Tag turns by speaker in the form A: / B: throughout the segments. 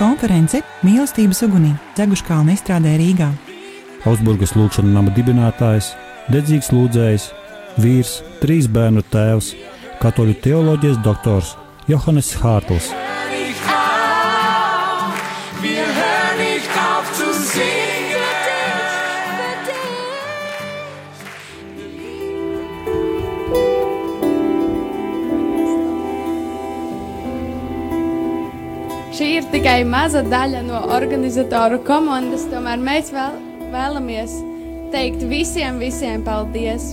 A: konference Mīlestības ugunī Zeguškālna izstrādē Rīgā.
B: Augsburgas lūkšanas nama dibinātājs, dedzīgs lūdzējs, vīrs, trīs bērnu tēvs, katoļu teoloģijas doktors Johannes Hārtls.
C: Šī ir tikai maza daļa no organizatoru komandas, tomēr mēs vēl, vēlamies teikt visiem, visiem paldies.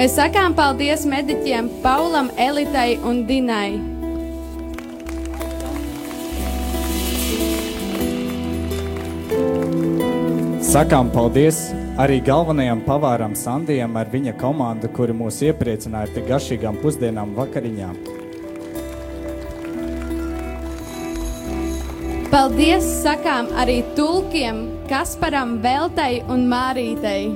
C: Mēs sakām paldies mediķiem Paulam, Elitai un Dinai.
D: Sakām paldies arī galvenajam pavāram Sandijam ar viņa komandu, kuri mūs iepriecināja ar tik garšīgām pusdienām vakariņām.
C: Paldies sakām arī tulkiem Kasparam, Veltai un Mārītei.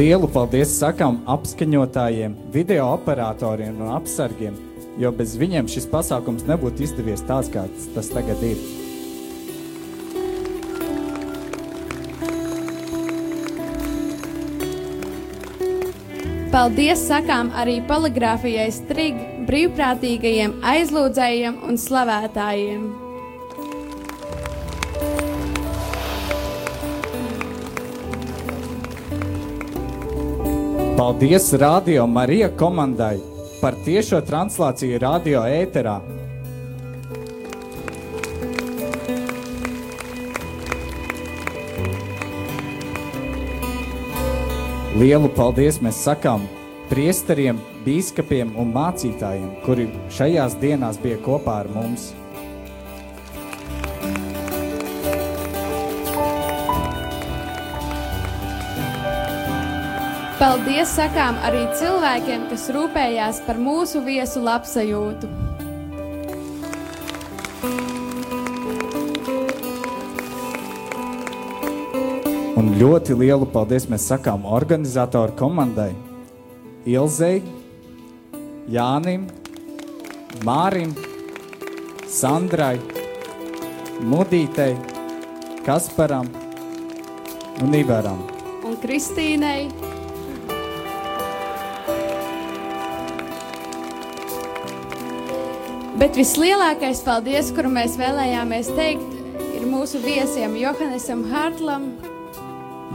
D: Lielu paldies sakām apskaņotājiem, video operatoriem un apsargiem, jo bez viņiem šis pasākums nebūtu izdevies tāds, kāds tas tagad ir.
C: Paldies sakām arī poligrāfijai Strig, brīvprātīgajiem aizlūdzējiem un slavētājiem.
D: Paldies Radio Marija komandai par tiešo translāciju radio ēterā. Lielu paldies mēs sakām priesteriem, bīskapiem un mācītājiem, kuri šajās dienās bija kopā ar mums.
C: Paldies sakām arī cilvēkiem, kas rūpējās par mūsu viesu labsajūtu.
D: Un ļoti lielu paldies mēs sakām organizatoru komandai Ilzei, Jānim, Mārim, Sandrai, Mudītei, Kasparam un Ivaram.
C: Un Kristīnei, Bet vislielākais paldies, kuru mēs vēlējāmies teikt, ir mūsu viesiem Johannesam Hartlam,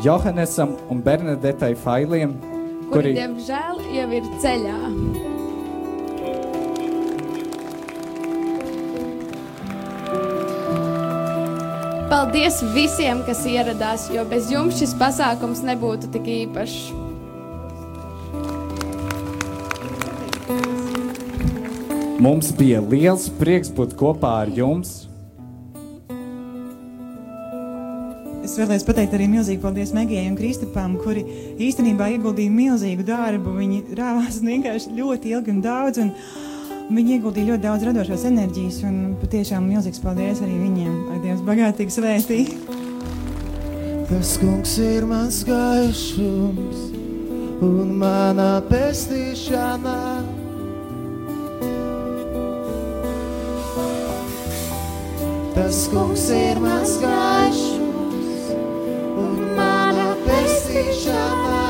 D: Johannesam un Bernadetai Failiem,
C: kuri,
D: kuri
C: diemžēl, jau ir ceļā. Paldies visiem, kas ieradās, jo bez jums šis pasākums nebūtu tik īpašs.
D: mums bija liels prieks būt kopā ar jums.
E: Es vēlējos pateikt arī milzīgu paldies Megijai un Kristapam, kuri īstenībā ieguldīja milzīgu darbu. Viņi rāvās vienkārši ļoti ilgi un daudz. Un viņi ieguldīja ļoti daudz radošās enerģijas. Un patiešām milzīgs paldies arī viņiem. Lai Dievs bagātīgi svētī.
F: Tas kungs ir mans gaišums un manā pestīšanā. Tas kungs ir mans gaišums un manā pestīšanā.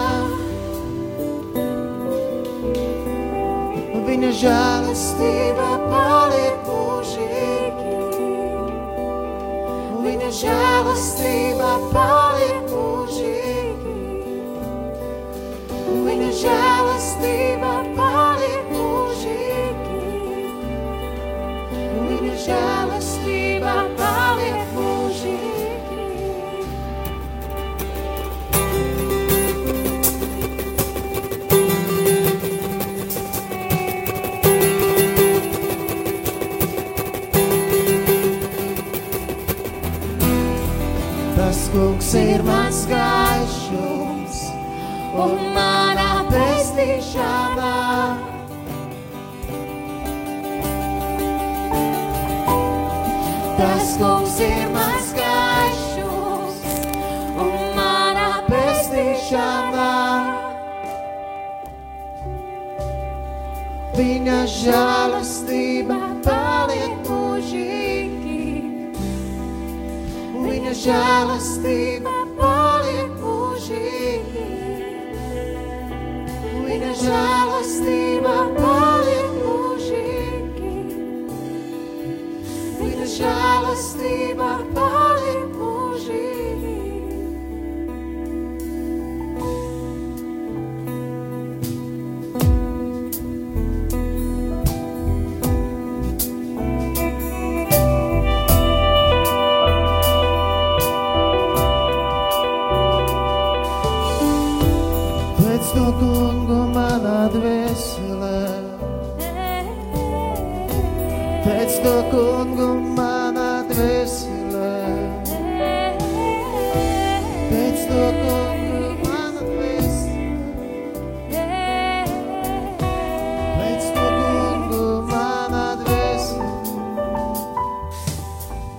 F: Viņa žēlastība paliek mūžīgi. Viņa žēlastība paliek mūžīgi. Viņa žēlastība paliek mūžīgi. Viņa žēlastība paliek mūžīgi. Tas kungs ir mans gaišums un manā pestīšanā. Tas kungs ir mans gaišums un manā pestīšanā. Viņa žēlastība paliek mūžīgi. Viņa žēlastība paliek mūžīgi. Viņa žēlastība paliek mūžīgi. Viņa žēlastība paliek mūžīgi. Pēc to kungu manā dvēselē, pēc to kungu manā dvēselē, pēc to kungu manā dvēselē, pēc to kungu manā dvēselē.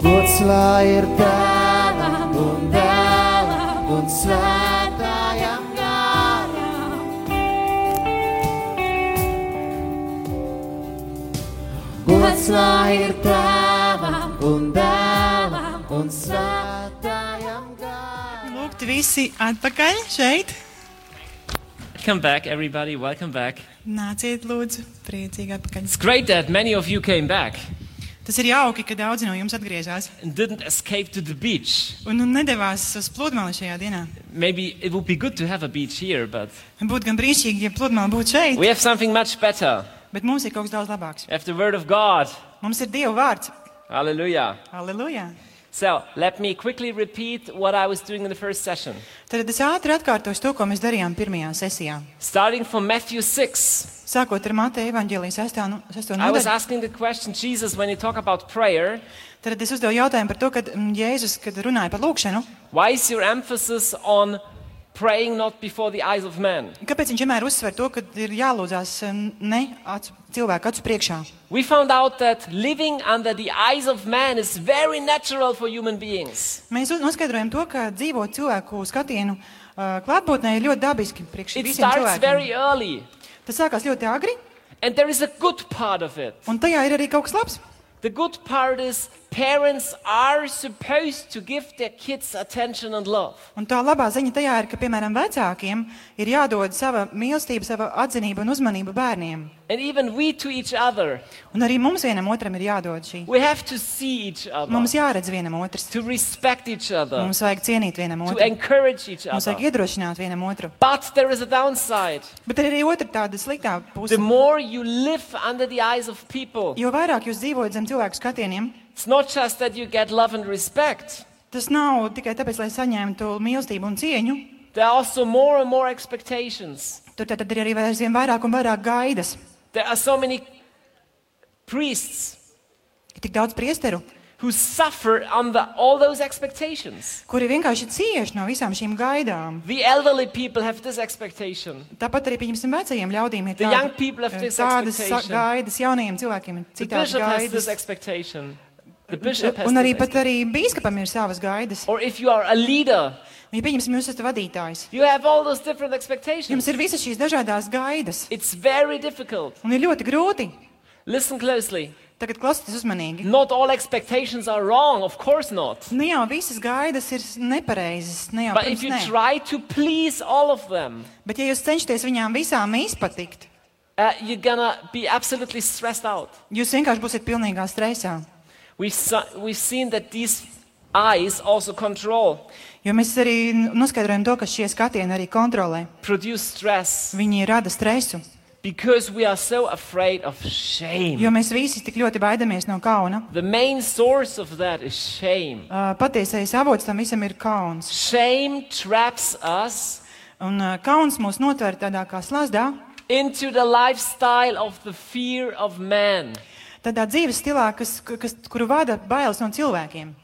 F: Gods lai ir tēvam un dēlam un svētājam gāram. Gods lai ir tēvam un dēlam un svētājam gāram.
E: Lūgt visi atpakaļ šeit.
G: Come back, everybody. Welcome back.
E: Nāciet, lūdzu, priecīgi atpakaļ.
G: It's great that many of you came back
E: Tas ir jauki, ka daudzi no jums atgriežas
G: and didn't escape to the beach.
E: un nu, nedavās uz pludmali šajā dienā.
G: Maybe it would be good to have a beach here, but
E: Būtu gan brīnišķīgi, ja pludmale būtu šeit,
G: we have something much better.
E: bet mums ir kaut kas daudz labāks.
G: We have the Word of God.
E: Mums ir Dieva vārds.
G: Hallelujah.
E: Halleluja!
G: So let me quickly repeat what I was doing in the first session.
E: Tad es ātri atkārtošu to, ko mēs darījām pirmajā sesijā.
G: Starting from Matthew 6,
E: Sākot ar Mateja evaņģēlijas 6. nu- 6.
G: I was
E: nodaļu,
G: asking the question Jesus, when you talk about prayer,
E: tad es uzdevu jautājumu par to, kad mm, Jēzus kad runāja par lūkšanu.
G: why is your emphasis on praying not before the eyes of man?
E: Kāpēc viņš vienmēr uzsver to, ka ir jālūdzas mm, ne acu, cilvēku acu priekšā?
G: We found out that living under the eyes of man is very natural for human beings.
E: Mēs uz- noskaidrojam to, ka dzīvot cilvēku skatienu uh, klātbūtnē ir ļoti dabiski priekš
G: It
E: visiem
G: starts
E: cilvēkiem.
G: very early,
E: Tas sākās ļoti agri,
G: and there is a good part of it.
E: un tajā ir arī kaut kas labs.
G: The good part is parents are supposed to give their kids attention and love.
E: Un tā labā ziņa tajā ir, ka, piemēram, vecākiem ir jādod sava mīlestība, sava atzinība un uzmanība bērniem.
G: And even we to each other.
E: Un arī mums vienam otram ir jādod šī.
G: We have to see each other,
E: Mums jāredz vienam otrs,
G: to respect each other,
E: mums vajag cienīt vienam
G: to
E: otru,
G: encourage each
E: mums vajag
G: other.
E: iedrošināt vienam otru.
G: But there is a downside.
E: Bet ir arī otra tāda sliktā puse.
G: The more you live under the eyes of people,
E: Jo vairāk jūs dzīvojat zem cilvēku skatieniem,
G: it's not just that you get love and respect.
E: tas nav tikai tāpēc, lai saņemtu mīlestību un cieņu.
G: There are also more and more expectations.
E: Tur tad ir arī aizvien vairāk un vairāk gaidas.
G: There are so many priests
E: Ir tik daudz priesteru,
G: who suffer under all those expectations.
E: kuri vienkārši cieš no visām šīm gaidām.
G: The elderly people have this expectation.
E: Tāpat arī pieņemsim vecajiem ļaudīm ir
G: The
E: tāda-
G: young people have this
E: tādas sa-
G: expectation.
E: gaidas, jaunajiem cilvēkiem ir
G: The
E: citādas
G: bishop has this
E: gaidas.
G: expectation. The bishop has
E: Un arī
G: this
E: pat arī bīskapam ir savas gaidas.
G: Or if you are a leader,
E: Ja pieņemsim, jūs esat vadītājs.
G: you have all those different expectations.
E: Jums ir visas šīs dažādas gaidas,
G: It's very difficult.
E: un ir ļoti grūti.
G: Listen closely.
E: Tagad klausieties uzmanīgi.
G: Not all expectations are wrong, of course not.
E: Ne jau visas gaidas ir nepareizas, nu ne jau
G: But if
E: pirms,
G: you
E: ne.
G: try to please all of them,
E: bet ja jūs cenšaties viņām visām izpatikt,
G: uh, you're gonna be absolutely stressed out.
E: jūs vienkārši būsiet pilnīgā stresā.
G: We've, su- we've seen that these eyes also control,
E: Jo mēs arī nu- noskaidrojam to, ka šie skatieni arī kontrolē.
G: produce stress,
E: Viņi rada stresu,
G: because we are so afraid of shame.
E: jo mēs visi tik ļoti baidamies no kauna.
G: The main source of that is shame.
E: Uh, Patiesais avots tam visam ir kauns.
G: Shame traps us
E: Un uh, kauns mūs notver tādā kā slazdā,
G: into the lifestyle of the fear of man.
E: tādā dzīves stilā, kas, kas, kuru vada bailes no cilvēkiem.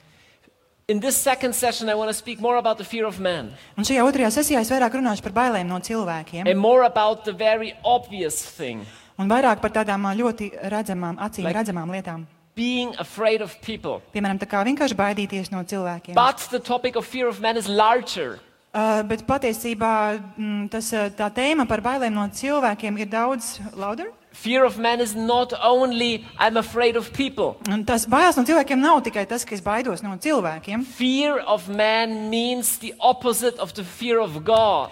G: In this second session, I want to speak more about the fear of man
E: Un šajā otrajā sesijā es vairāk runāšu par bailēm no cilvēkiem
G: and more about the very obvious thing
E: un vairāk par tādām ā, ļoti redzamām, acīm
G: Like-
E: redzamām lietām.
G: being afraid of people.
E: Piemēram, tā kā vienkārši baidīties no cilvēkiem.
G: But the topic of fear of man is larger.
E: Uh, Uh, bet patiesībā mm, tas, uh, tā tēma par bailēm no cilvēkiem ir daudz lauder.
G: Fear of man is not only I'm afraid of people.
E: Un Tas bailes no cilvēkiem nav tikai tas, ka es baidos no cilvēkiem.
G: Fear of man means the opposite of the fear of God.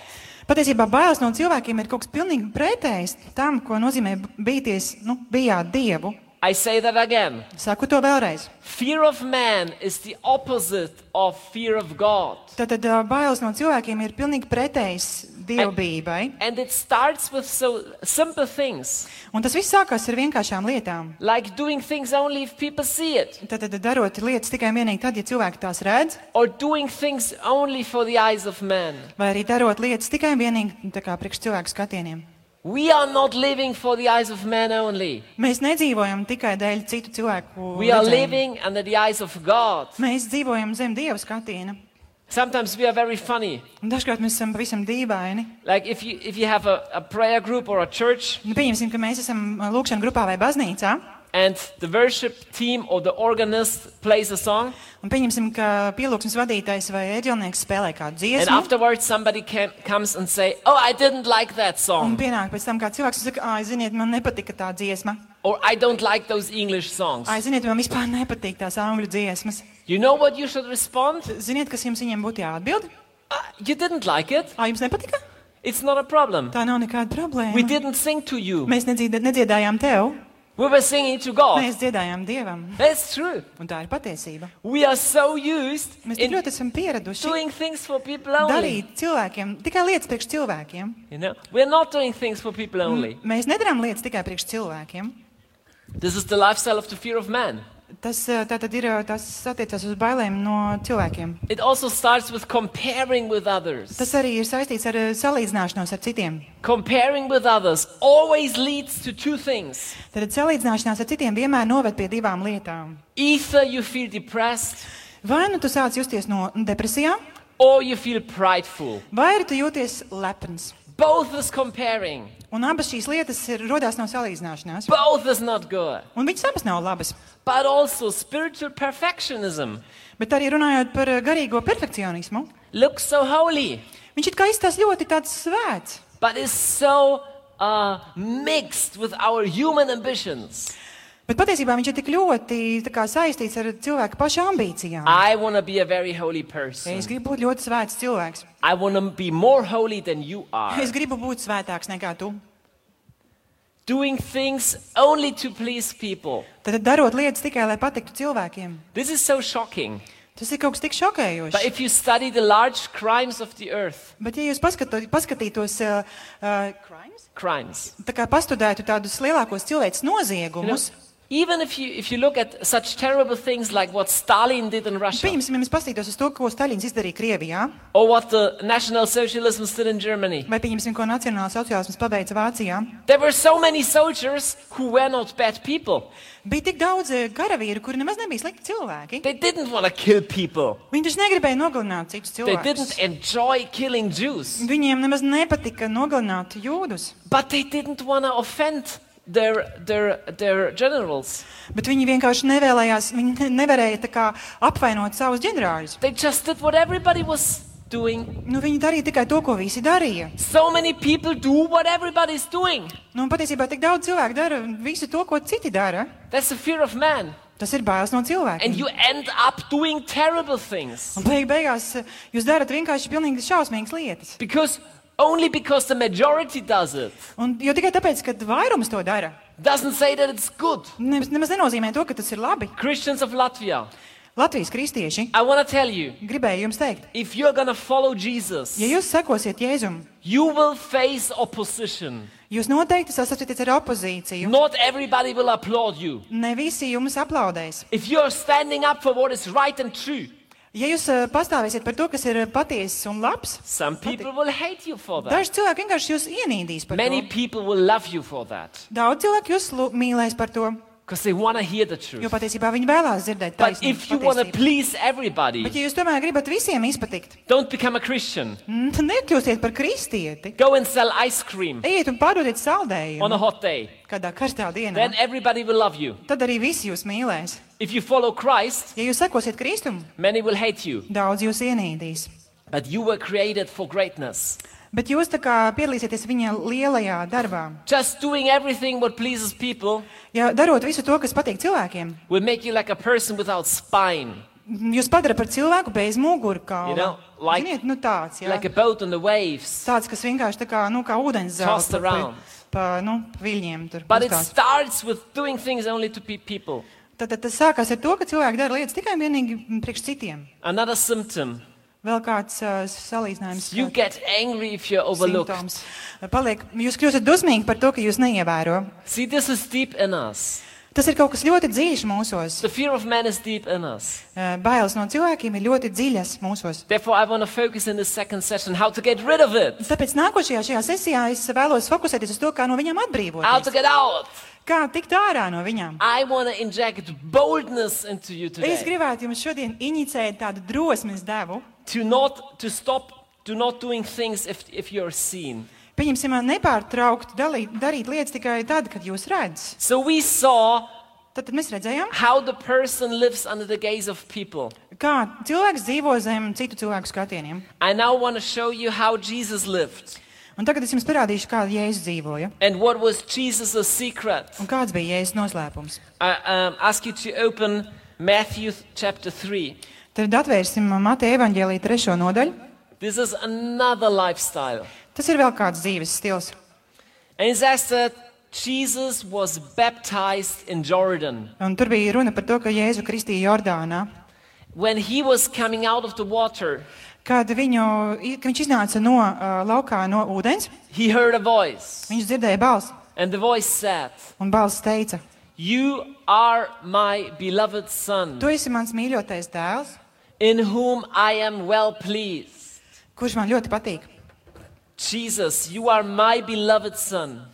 E: Patiesībā bailes no cilvēkiem ir kaut kas pilnīgi pretējs tam, ko nozīmē bīties, nu, bijāt dievu.
G: I say that again.
E: Saku to vēlreiz.
G: Fear of man is the opposite of fear of God.
E: Tātad uh, bailes no cilvēkiem ir pilnīgi pretējs dievbijai.
G: And it starts with so simple things,
E: Un tas viss sākās ar vienkāršām lietām.
G: like doing things only if people see it,
E: Tātad darot lietas tikai un vienīgi tad, ja cilvēki tās redz,
G: or doing things only for the eyes of man.
E: vai arī darot lietas tikai un vienīgi nu, tā kā priekš cilvēku skatieniem.
G: We are not living for the eyes of man only.
E: Mēs nedzīvojam tikai dēļ citu cilvēku.
G: We are
E: redzējuma.
G: living under the eyes of God.
E: Mēs dzīvojam zem dieva skatiena.
G: Sometimes we are very funny.
E: Un Dažkārt mēs esam pavisam dīvaini.
G: Like if you, if you have a, a prayer group or a church
E: Nu, Pieņemsim, ka mēs esam uh, lūkšanā grupā vai baznīcā.
G: and the worship team or the organist plays a song
E: Un pieņemsim, ka pielūgsmes vadītājs vai ēdzelnieks spēlē kādu
G: and
E: dziesmu.
G: afterwards somebody cam, comes and say, oh, I didn't like that
E: Un
G: song
E: pienāk pēc tam kāds cilvēks un saka, ah, ziniet, man nepatika tā dziesma.
G: or I don't like those English songs.
E: Ah, ziniet, man vispār nepatīk tās angļu dziesmas.
G: You know what you should respond?
E: Ziniet, kas jums viņiem būtu jāatbild?
G: Uh, you didn't like it.
E: Ah, jums nepatika?
G: It's not a problem.
E: Tā nav nekāda
G: We
E: problēma.
G: didn't sing to you.
E: Mēs nedzied, nedziedājām tev,
G: We were singing to God.
E: mēs dziedājām dievam.
G: That's true.
E: Un tā ir patiesība.
G: We are so used
E: Mēs tik
G: in
E: ļoti esam pieraduši
G: doing things for people only.
E: darīt cilvēkiem tikai lietas priekš cilvēkiem.
G: You know, we're not doing things for people only.
E: Mēs nedarām lietas tikai priekš cilvēkiem. Hmm?
G: This is the lifestyle of the fear of man.
E: Tas eh, tā tad ir, eh, tas attiecas uz bailēm no cilvēkiem.
G: It also starts with comparing with others.
E: Tas arī ir saistīts ar eh, salīdzināšanos ar citiem.
G: Comparing with others always leads to two things.
E: Tad salīdzināšanās ar citiem vienmēr noved pie divām lietām.
G: Either you feel depressed
E: Vai nu tu sāc justies no depresijām,
G: or you feel prideful.
E: vai arī tu jūties lepns.
G: Both is comparing.
E: Un abas šīs lietas ir, rodās no salīdzināšanās.
G: Both is not good.
E: Un viņas abas nav labas.
G: But also spiritual perfectionism
E: Bet arī runājot par eh, garīgo perfekcionismu,
G: looks so holy,
E: viņš it kā izskatās ļoti tāds svēts,
G: but is so uh, mixed with our human ambitions.
E: bet patiesībā viņš ir tik ļoti tā kā, saistīts ar cilvēku pašu ambīcijām.
G: I want to be a very holy person.
E: Es gribu būt ļoti svēts cilvēks.
G: I want to be more holy than you are.
E: Es gribu būt svētāks nekā tu.
G: Doing things only to please people.
E: Tad darot lietas tikai, lai patiktu cilvēkiem.
G: This is so shocking.
E: Tas ir kaut kas tik
G: But
E: šokējošs.
G: if you study the large crimes of the earth,
E: Bet, ja jūs paskato, paskatītos, uh, uh,
G: crimes,
E: tā kā pastudētu tādus lielākos cilvēkus
G: you know,
E: noziegumus,
G: even if you, if you look at such terrible things like what Stalin did in Russia
E: Nu, pieņemsim, ja mēs paskatītos uz to, ko Staļins izdarīja Krievijā,
G: or what the National Socialism did in Germany,
E: vai pieņemsim, ko nacionālais sociālisms pabeidza Vācijā,
G: there were so many soldiers who were not bad people.
E: bija tik daudz eh, karavīru, kuri nemaz nebija slikti cilvēki.
G: They didn't want to kill people,
E: Viņi taču negribēja nogalināt citus
G: they didn't
E: cilvēkus.
G: enjoy killing Jews,
E: Viņiem nemaz nepatika nogalināt jūdus,
G: but they didn't want to offend their, their, their generals.
E: bet viņi vienkārši nevēlējās, viņi ne- nevarēja tā kā apvainot savus ģenerāļus.
G: They just did what everybody was doing.
E: Nu, viņi darīja tikai to, ko visi darīja.
G: So many people do what everybody's doing.
E: Nu, un patiesībā tik daudz cilvēku dara visu to, ko citi dara.
G: That's the fear of man.
E: Tas ir bailes no cilvēkiem.
G: And you end up doing terrible things.
E: Un beig beigās eh, jūs darat vienkārši pilnīgi šausmīgas lietas.
G: Because only because the majority does it
E: Un, jo tikai tāpēc, ka vairums to dara,
G: doesn't say that it's good.
E: nemaz, nemaz nenozīmē to, ka tas ir labi.
G: Christians of Latvia,
E: Latvijas kristieši
G: I want to tell you
E: gribēju jums teikt,
G: if you're going to follow Jesus,
E: ja jūs sekosiet Jēzum,
G: you will face opposition.
E: jūs noteikti sastapsieties ar opozīciju.
G: Not everybody will applaud you.
E: Ne visi jums aplaudēs.
G: If you're standing up for what is right and true,
E: Ja jūs eh, pastāvēsiet par to, kas ir eh, patiesis un labs,
G: some people will hate you for that.
E: daži cilvēki vienkārši jūs ienīdīs par
G: Many
E: to.
G: people will love you for that
E: Daudz cilvēku jūs lu- mīlēs par to,
G: because they want to hear the
E: jo
G: truth.
E: patiesībā viņi vēlās dzirdēt
G: But
E: taisnību,
G: if you want to
E: patiesību.
G: please
E: Bet
G: everybody,
E: ja jūs tomēr gribat visiem izpatikt,
G: don't become a Christian.
E: mm, tad nekļūsiet par kristieti.
G: Go and sell ice cream
E: Ejiet un pārdodiet
G: on a
E: saldējumu
G: hot day.
E: kādā karstā dienā.
G: Then everybody will love you.
E: Tad arī visi jūs mīlēs.
G: If you follow Christ,
E: Ja jūs sekosiet Kristum,
G: many will hate you.
E: daudz jūs ienīdīs.
G: but you were created for greatness.
E: Bet jūs tā kā piedalīsieties viņa lielajā darbā.
G: Just doing everything what pleases people
E: Ja darot visu to, kas patīk cilvēkiem,
G: will make you like a person without spine,
E: jūs padara par cilvēku bez
G: You know,
E: mugurkaula.
G: like-
E: Ziniet, nu tāds, jā.
G: like a boat on the waves.
E: tāds, kas vienkārši tā kā, nu, kā ūdens zelts
G: Tossed around.
E: pa, nu, viļņiem tur.
G: But it
E: uzkāst.
G: starts with doing things only to pe- people.
E: Tātad tas sākās ar to, ka cilvēki dara lietas tikai un vienīgi priekš citiem.
G: Another symptom
E: Vēl kāds uh, salīdzinājums.
G: you
E: kāds
G: get angry if you're overlooked.
E: simptoms. Paliek, jūs kļūstat dusmīgi par to, ka jūs neievēro.
G: See, this is deep in us.
E: Tas ir kaut kas ļoti dziļš mūsos.
G: The fear of man is deep in us.
E: Uh, Bailes no cilvēkiem ir ļoti dziļas mūsos.
G: Therefore, I want to focus in this second session how to get rid of it,
E: Tāpēc nākošajā šajā sesijā es vēlos fokusēties uz to, kā no viņiem
G: how to
E: atbrīvoties.
G: get out.
E: Kā tikt ārā no viņiem.
G: I want to inject boldness into you
E: Es
G: today.
E: gribētu jums šodien inicēt tādu drosmes devu.
G: To not to stop to not doing things if, if you're seen.
E: Pieņemsim, eh, nepārtraukt dalīt, darīt lietas tikai tad, kad jūs redzat.
G: So we saw
E: Tad, tad mēs redzējām,
G: how the person lives under the gaze of people.
E: kā cilvēks dzīvo zem citu cilvēku skatieniem.
G: I now want to show you how Jesus lived
E: Un tagad es jums parādīšu, kā Jēzus dzīvoja
G: and what was Jesus' secret.
E: un kāds bija Jēzus noslēpums.
G: I um, ask you to open Matthew chapter 3.
E: Tad atvērsim Mateja evaņģēlīja trešo nodaļu.
G: This is another lifestyle.
E: Tas ir vēl kāds dzīves stils.
G: And it says that Jesus was baptized in Jordan.
E: Un tur bija runa par to, ka Jēzu Kristīja Jordānā,
G: When he was coming out of the water,
E: kad viņu, kad viņš iznāca no uh, laukā no ūdens,
G: he heard a voice.
E: viņš dzirdēja balsi.
G: And the voice said,
E: Un balss teica,
G: You are my beloved son,
E: tu esi mans mīļotais dēls,
G: in whom I am well pleased.
E: kurš man ļoti patīk.
G: Jesus, you are my beloved son,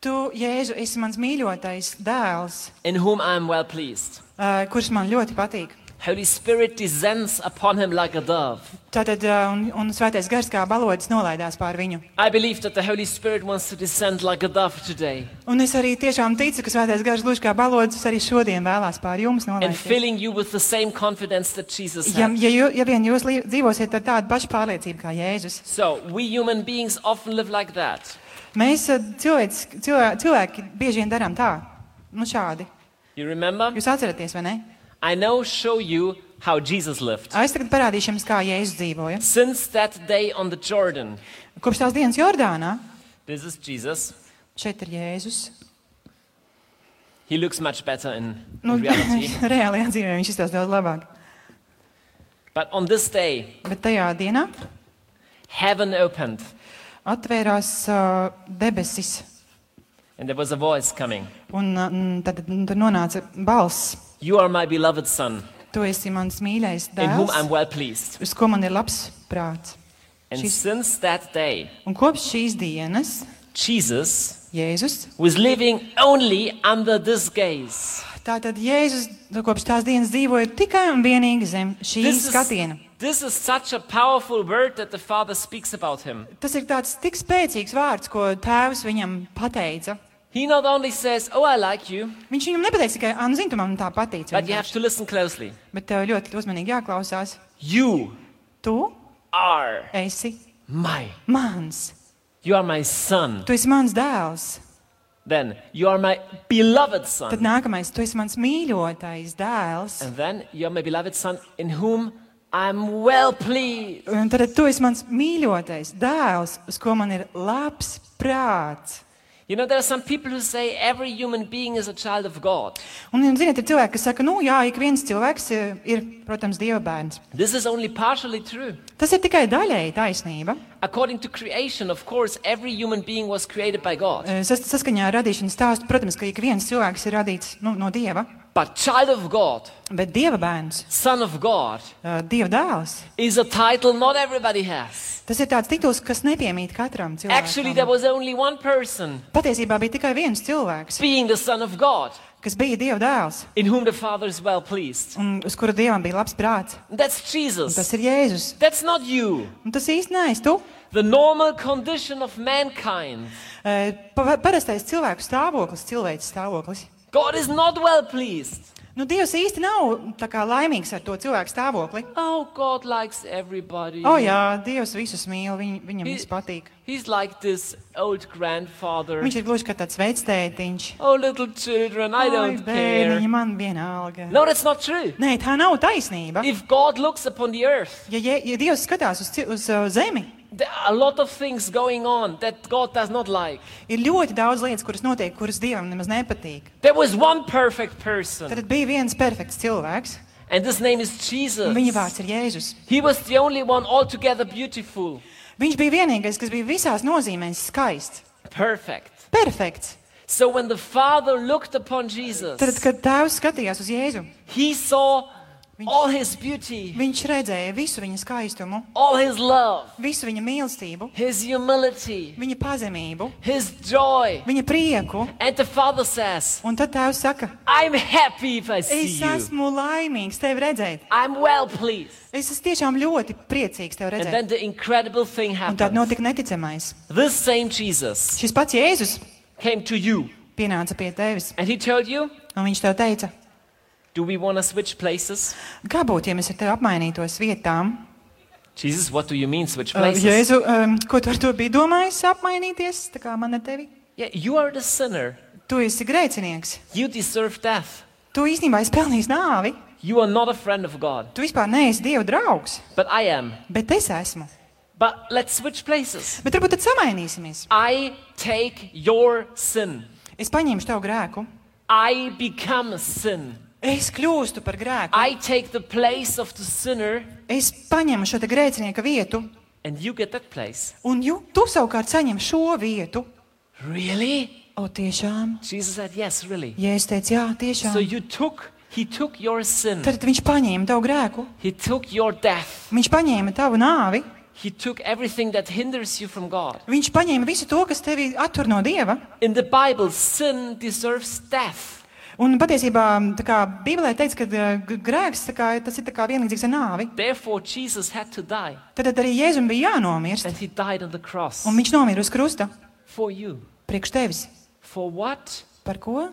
E: Tu, Jēzu, esi mans mīļotais dēls,
G: in whom I am well pleased.
E: uh, kurš man ļoti patīk.
G: Holy Spirit descends upon him like a dove.
E: Tātad, uh, un, un svētais gars kā balodis nolaidās pār viņu.
G: I believe that the Holy Spirit wants to descend like a dove today
E: Un es arī tiešām ticu, ka svētais gars gluži kā balodis arī šodien vēlās pār jums
G: and
E: nolaisties.
G: filling you with the same confidence that Jesus
E: Ja,
G: had.
E: ja, jū- ja vien jūs lī- dzīvosiet ar tādu pašu pārliecību kā Jēzus,
G: So, we human beings often live like that.
E: mēs uh, cilvēki, cilvēki, cilvēki bieži vien darām tā, nu šādi.
G: You remember?
E: Jūs atceraties, vai ne?
G: I now show you how Jesus lived.
E: Es tagad parādīšu jums, kā Jēzus dzīvoja.
G: Since that day on the Jordan,
E: Kopš tās dienas Jordānā
G: this is Jesus.
E: šeit ir Jēzus.
G: He looks much better in,
E: Nu,
G: in reality.
E: reālajā dzīvē viņš izstāsta daudz labāk.
G: But on this day,
E: Bet tajā dienā
G: heaven opened
E: atvērās uh, debesis,
G: and there was a voice coming
E: un uh, mm, tad mm, tur nonāca balss.
G: You are my beloved Son,
E: Tu esi mans mīļais
G: in whom I'm
E: dēls,
G: well pleased.
E: uz ko man ir labs prāts.
G: And
E: She's-
G: since that day,
E: Un kopš šīs dienas
G: Jesus
E: Jēzus,
G: was living only under this gaze.
E: tātad Jēzus kopš tās dienas dzīvoja tikai un vienīgi zem šī
G: This
E: skatiena.
G: is, this is such a powerful word that the Father speaks about him.
E: Tas ir tāds tik spēcīgs vārds, ko tēvs viņam pateica.
G: He not only says, Oh, I like you,
E: Viņš viņam nepateica tikai, ah, nu, zini, tu man tā patīc.
G: but you have
E: vienkārši."
G: to listen closely.
E: Bet tev ļoti uzmanīgi jāklausās.
G: You
E: Tu
G: are
E: esi
G: my,
E: mans,
G: you are my son.
E: tu esi mans dēls.
G: Then, you are my beloved
E: Tad
G: son.
E: nākamais, tu esi mans mīļotais dēls.
G: And then, you are my beloved son in whom I'm well pleased.
E: Un Tad tu esi mans mīļotais dēls, uz ko man ir labs prāts.
G: You know, there are some people who say every human being is a child of God.
E: Un, un, ziniet, ir cilvēki, kas saka, nu, jā, ik viens cilvēks ir, ir protams, dieva bērns.
G: This is only partially true.
E: Tas ir tikai daļēji taisnība.
G: According to creation, of course, every human being was created by God.
E: Eh, Sas, saskaņā ar radīšanas stāstu, protams, ka ik viens cilvēks ir radīts nu, no dieva,
G: But child of God,
E: bet dieva bērns,
G: son of God,
E: eh, dieva dēls,
G: is a title not everybody has.
E: tas ir tāds tituls, kas nepiemīt katram
G: Actually,
E: cilvēkam.
G: there was only one person
E: Patiesībā bija tikai viens cilvēks,
G: being the son of God,
E: kas bija dieva dēls
G: in whom the Father is well pleased.
E: un uz kura dievam bija labs prāts. Un
G: That's
E: tas
G: Jesus.
E: ir Jēzus.
G: That's not you.
E: Un tas īsti neesi tu.
G: The normal condition of mankind.
E: Pa- Parastais cilvēku stāvoklis, cilvēks stāvoklis.
G: God is not well pleased.
E: Nu, Dievs īsti nav tā kā laimīgs ar to cilvēku stāvokli.
G: Oh, God likes everybody.
E: O jā, Dievs visus mīl, viņ, viņam
G: He-
E: viss patīk.
G: He's like this old grandfather.
E: Viņš ir gluži kā tāds veidstētiņš.
G: Oh, little children, I don't
E: bērniņi,
G: care.
E: man vienalga.
G: No, that's not true.
E: Nē, tā nav taisnība.
G: If God looks upon the earth,
E: Ja, ja, ja Dievs skatās uz, ci- uz uh, zemi,
G: there are a lot of things going on that God does not like.
E: ir ļoti daudz lietas, kuras notiek, kuras Dievam nemaz nepatīk.
G: There was one perfect person,
E: Tad bija viens perfekts cilvēks,
G: and his name is
E: un viņa
G: Jesus.
E: vārds ir Jēzus.
G: He was the only one altogether beautiful,
E: Viņš bija vienīgais, kas bija visās nozīmēs skaists,
G: perfect.
E: perfekts.
G: So when the Father looked upon Jesus,
E: Tad, kad tēvs skatījās uz Jēzu,
G: he saw all his beauty,
E: viņš redzēja visu viņa skaistumu,
G: all his love,
E: visu viņa mīlestību,
G: his humility,
E: viņa pazemību,
G: his joy.
E: viņa prieku.
G: And the Father says,
E: Un tad tēvs saka,
G: I'm happy if I see
E: es
G: you.
E: esmu laimīgs tevi redzēt.
G: I'm well pleased.
E: Es esmu tiešām ļoti priecīgs tevi
G: And
E: redzēt.
G: then the incredible thing
E: Un tad
G: happened.
E: notika neticamais.
G: This same Jesus
E: Šis pats Jēzus
G: came to you
E: pienāca pie tevis,
G: and he told you,
E: un viņš tev teica,
G: Do we want to switch places?
E: kā būtu, ja mēs ar tevi apmainītos vietām?
G: Jesus, what do you mean switch
E: Uh,
G: places?
E: Jēzu, um, ko tu ar to biji domājis, apmainīties? Tā kā man ar tevi?
G: Yeah, you are the sinner.
E: Tu esi grēcinieks.
G: You deserve death.
E: Tu īstenībā esi pelnījis nāvi.
G: You are not a friend of God,
E: Tu vispār neesi Dieva draugs,
G: but I am.
E: bet es esmu.
G: But let's switch places.
E: Bet varbūt tad samainīsimies.
G: I take your sin.
E: Es paņemšu tavu grēku.
G: I become sin.
E: Es kļūstu par grēku.
G: I take the place of the sinner
E: Es paņemu šo te grēcinieka vietu,
G: and you get that place.
E: un ju, tu savukārt saņem šo vietu.
G: Really?
E: O, tiešām?
G: Jesus said, Yes, really.
E: Ja es teicu, jā,
G: So
E: tiešām.
G: you took, he took your sin.
E: Tad viņš paņēma tavu grēku,
G: He took your death.
E: viņš paņēma tavu nāvi,
G: He took everything that hinders you from God.
E: viņš paņēma visu to, kas tevi attur no Dieva.
G: In the Bible, sin deserves death.
E: Un patiesībā tā kā Bībelē teikts, ka eh, g- grēks tā kā, tas ir tā kā vienlīdzīgs ar nāvi.
G: Therefore, Jesus had to die.
E: Tad, tad arī Jēzum bija jānomirst,
G: And he died on the cross.
E: un viņš nomira uz krusta
G: For you.
E: priekš tevis.
G: For what?
E: Par ko?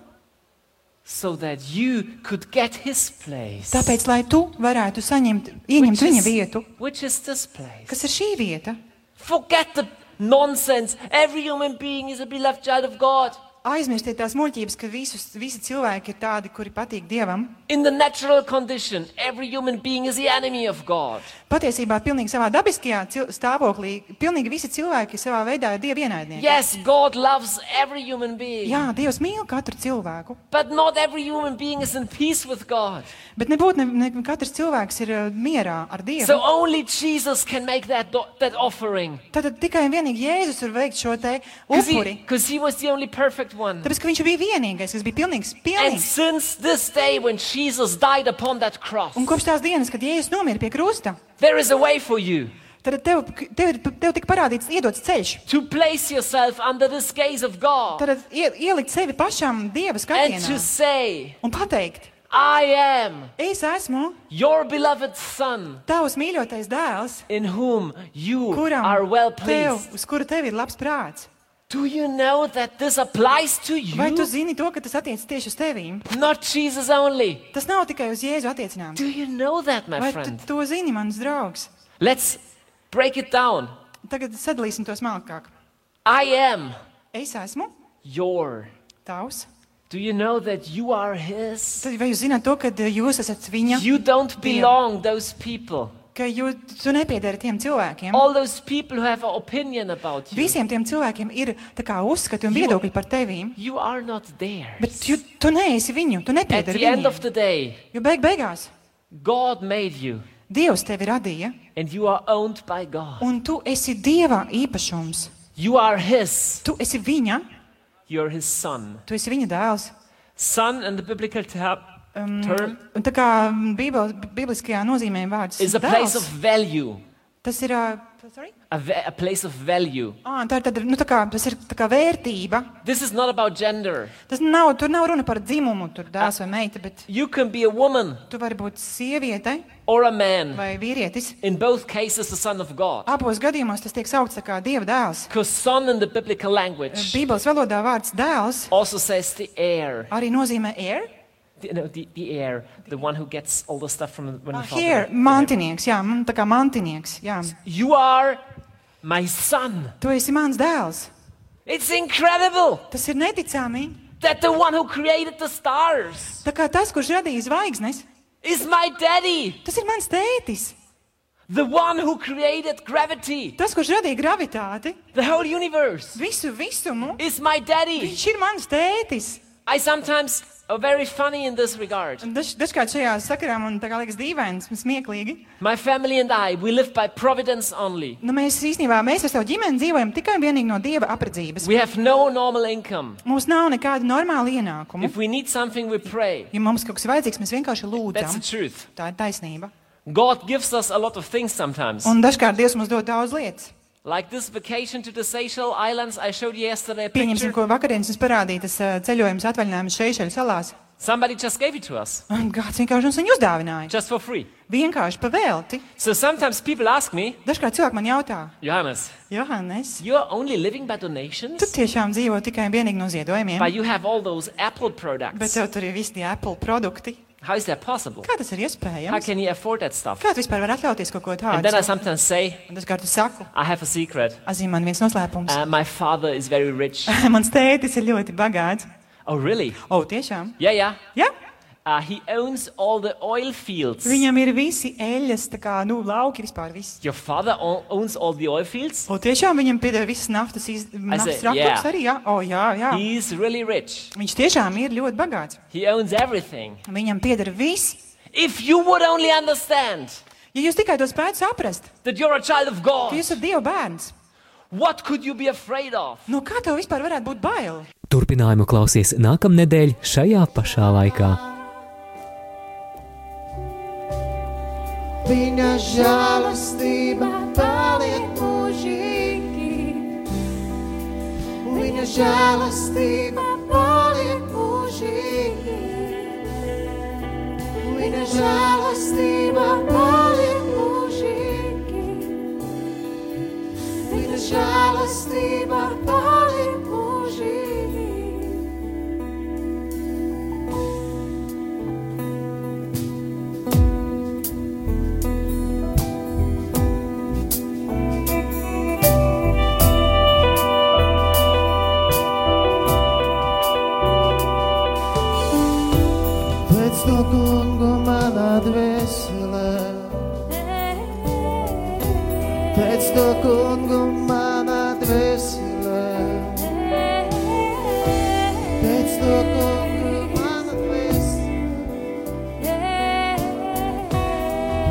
G: So that you could get his place.
E: Tāpēc, lai tu varētu saņemt, ieņemt viņa vietu,
G: which is this place.
E: kas ir šī vieta.
G: Forget the nonsense. Every human being is a beloved child of God.
E: Aizmirstiet tās muļķības, ka visus, visi cilvēki ir tādi, kuri patīk Dievam.
G: In the natural condition, every human being is the enemy of God.
E: Patiesībā, pilnīgi savā dabiskajā cil- stāvoklī, pilnīgi visi cilvēki savā veidā ir Dieva ienaidnieki.
G: Yes, God loves every human being.
E: Jā, Dievs mīl katru cilvēku,
G: But not every human being is in peace with God.
E: bet nebūtu ne, ne katrs cilvēks ir eh, mierā ar Dievu.
G: So only Jesus can make that, do- that offering.
E: Tātad tikai un vienīgi Jēzus var veikt šo te upuri.
G: Because he, was the only perfect one.
E: Tāpēc, ka viņš bija vienīgais, kas bija pilnīgs,
G: And
E: pilnīgs.
G: since this day when Jesus died upon that cross,
E: Un kopš tās dienas, kad Jēzus nomira pie krusta,
G: there is a way for you
E: tad tev, tev, ir- tev tika parādīts, iedots ceļš.
G: to place yourself under this gaze of God
E: Tad ie, ielikt sevi pašam Dieva
G: and to
E: skatienā
G: say,
E: un pateikt,
G: I am
E: es esmu
G: your beloved Son
E: tavs mīļotais dēls,
G: in whom you
E: kuram
G: are well
E: tev,
G: pleased.
E: uz kuru tev ir labs prāts.
G: Do you know that this applies to
E: Vai tu
G: you?
E: zini to, ka tas attiecas tieši uz tevīm?
G: Not Jesus only.
E: Tas nav tikai uz Jēzu attiecināms.
G: Do you know that, my
E: Vai tu
G: friend?
E: to zini, mans draugs?
G: Let's break it down.
E: Tagad sadalīsim to smalkāk.
G: I am
E: Es esmu
G: your.
E: tavs.
G: Do you know that you are his?
E: Tad vai jūs zināt to, ka eh, jūs esat viņa?
G: You don't
E: Dear.
G: belong those people.
E: Ka jūs, tu nepiedari tiem cilvēkiem.
G: All those people who have an opinion about Oh, you.
E: Visiem tiem cilvēkiem ir tā kā uzskati un
G: You-
E: viedokļi par tevīm.
G: You are not there.
E: Bet tu, tu neesi viņu, tu
G: At
E: nepiedari
G: the end
E: viņam.
G: of the day,
E: Jo beig beigās
G: God made you
E: Dievs tevi radīja,
G: and you are owned by God.
E: un tu esi Dieva īpašums.
G: You are his.
E: Tu esi viņa,
G: You're his son.
E: tu esi viņa dēls.
G: Son in the biblical ter- term
E: Un tā kā bībel, bibliskajā nozīmē vārds
G: is a place of
E: dēls,
G: value.
E: tas ir, ā, sorry?
G: A, va- a place of value.
E: Ā, tā ir, tāda, nu, tā kā, tas ir tā kā vērtība.
G: This is not about gender.
E: Tas nav, tur nav runa par dzimumu, tur dēls vai meita, bet
G: You can be a woman
E: tu vari būt sieviete
G: or a man.
E: vai vīrietis.
G: In both cases, the son of God.
E: Abos gadījumos tas tiek saukts tā kā Dieva dēls.
G: Because son in the
E: Uh,
G: biblical language
E: Bībeles valodā vārds dēls
G: also says the heir.
E: arī nozīmē air,
G: the, no, the, the heir, the one who gets all the stuff from when
E: Ah,
G: he falls.
E: Here, mantinieks, jā, man tā kā mantinieks, jā.
G: You are my son.
E: Tu esi mans dēls.
G: It's incredible
E: Tas ir neticami.
G: that the one who created the stars
E: Tā kā tas, kurš radīja zvaigznes,
G: is my daddy,
E: tas ir mans tētis.
G: the one who created gravity,
E: Tas, kurš radīja gravitāti,
G: the whole universe
E: visu visumu,
G: is my daddy.
E: viņš ir mans tētis.
G: I sometimes are very funny in this regard.
E: Un Daž, dažkārt šajā sakarā man tā kā liekas dīvains, smieklīgi.
G: My family and I, we live by providence only.
E: Nu, mēs īstenībā, mēs ar savu ģimeni dzīvojam tikai un vienīgi no dieva apredzības.
G: We have no normal income.
E: Mums nav nekādu normālu ienākumu.
G: If we need something, we pray.
E: Ja mums kaut kas ir vajadzīgs, mēs vienkārši
G: That's the
E: lūdzam.
G: truth.
E: Tā ir taisnība.
G: God gives us a lot of things sometimes.
E: Un dažkārt Dievs mums dod daudz lietas.
G: Like this vacation to the Seychelles Islands I showed you yesterday a
E: Pieņemsim, ko
G: picture.
E: vakarienes mums parādīja tas ā, ceļojums, atvaļinājums Šeišeļu salās.
G: Somebody just gave it to us,
E: Un kāds vienkārši mums viņu uzdāvināja.
G: just for free.
E: Vienkārši pavēlti.
G: So sometimes people ask me,
E: Dažkārt cilvēki man jautā,
G: Johannes,
E: Johannes,
G: you're only living by
E: tu
G: donations,
E: tiešām dzīvo tikai un vienīgi no ziedojumiem,
G: but you have all those Apple
E: bet
G: products.
E: tev tur ir visi tie Apple produkti.
G: How is that possible?
E: Kā tas ir
G: How
E: iespējams?
G: can you afford that stuff?
E: Kā tu vispār var atļauties kaut ko
G: And then I
E: tādu?
G: sometimes say,
E: Un dažkārt tu saku,
G: I have a secret.
E: Azīm, man viens noslēpums.
G: Uh, my father is very rich.
E: Mans tētis ir ļoti bagāts.
G: Oh, really?
E: O, tiešām?
G: Yeah, yeah.
E: Jā,
G: Uh, he owns all the oil fields.
E: viņam ir visi eļļas, tā kā, nu, lauki vispār viss.
G: Your father o- owns all the oil fields?
E: O, tiešām viņam pieder visas naftas, iz... naftas
G: jā.
E: raksturs arī, jā? O, jā, jā.
G: He's really rich.
E: Viņš tiešām ir ļoti bagāts.
G: He owns everything.
E: Viņam pieder viss.
G: If you would only understand
E: Ja jūs tikai to spētu saprast,
G: that you're a child of
E: ka
G: God,
E: jūs esat Dieva bērns,
G: what could you be afraid of?
E: no kā tev vispār varētu būt bail?
H: Turpinājumu klausies nākamnedēļ šajā pašā laikā.
F: Viņa žēlastība paliek
I: mūžīgi,
F: Viņa žēlastība paliek mūžīgi. Viņa žēlastība paliek mūžīgi. Viņa žēlastība paliek mūžīgi. Pēc to kungu manā dvēselē, pēc to kungu manā dvēselē, pēc to kungu manā dvēselē,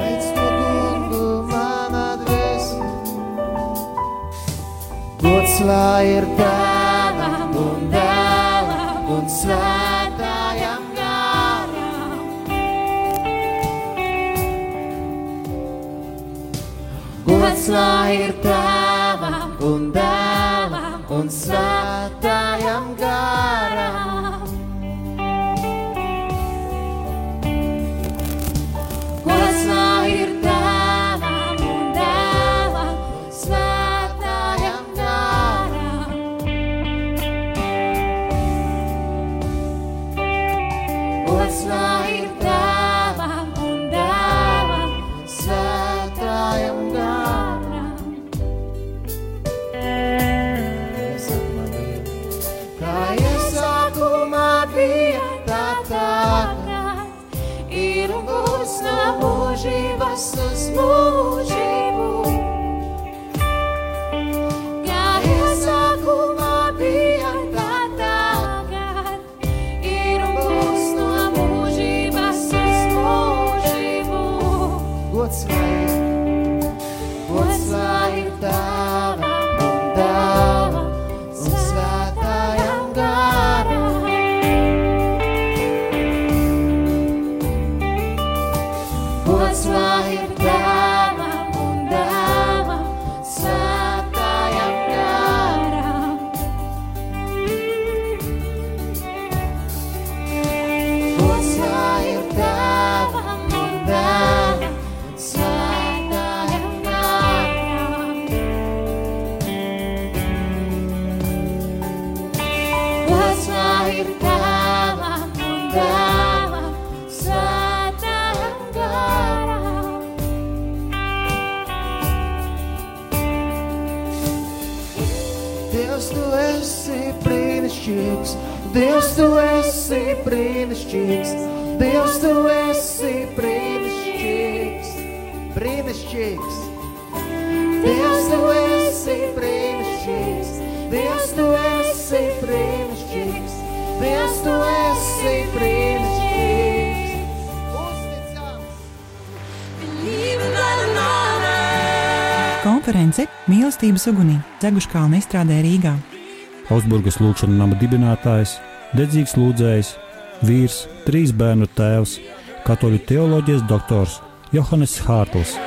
F: pēc to kungu manā dvēselē. Gods lai ir tēvam un dēlam un svētājam garam. Gods lai ir tēvam un dēlam un svētājam garam. Gods lai ir tēvam un dēlam un svētājam garam. Gods lai ir tēvam un dēlam un svētājam garam. Kā iesākumā bija tā tagad ir um un būs no mūžības uz mūžību. Kā iesākumā bija tā tagad, ir um un būs no mūžības uz mūžību. Gods lai ir, gods lai ir tavam un tavam un svētājam garam. Gods lai ir tavam un tavam, svētājam garam. Gods lai ir tavam un tavam, svētājam garam. Gods lai ir tavam un tavam, esi brīnišķīgs, Dievs, tu esi brīnišķīgs, Dievs, tu esi brīnišķīgs, brīnišķīgs. Dievs, tu esi brīnišķīgs, Dievs, tu esi brīnišķīgs, Dievs, tu esi brīnišķīgs. Uzticams!
J: Konference Mīlestības ugunī Dzeguškalna izstrādē Rīgā.
B: Augsburgas lūkšanas nama dibinātājs, dedzīgs lūdzējs, vīrs, trīs bērnu tēvs, katoļu teoloģijas doktors Johannes Hārtls.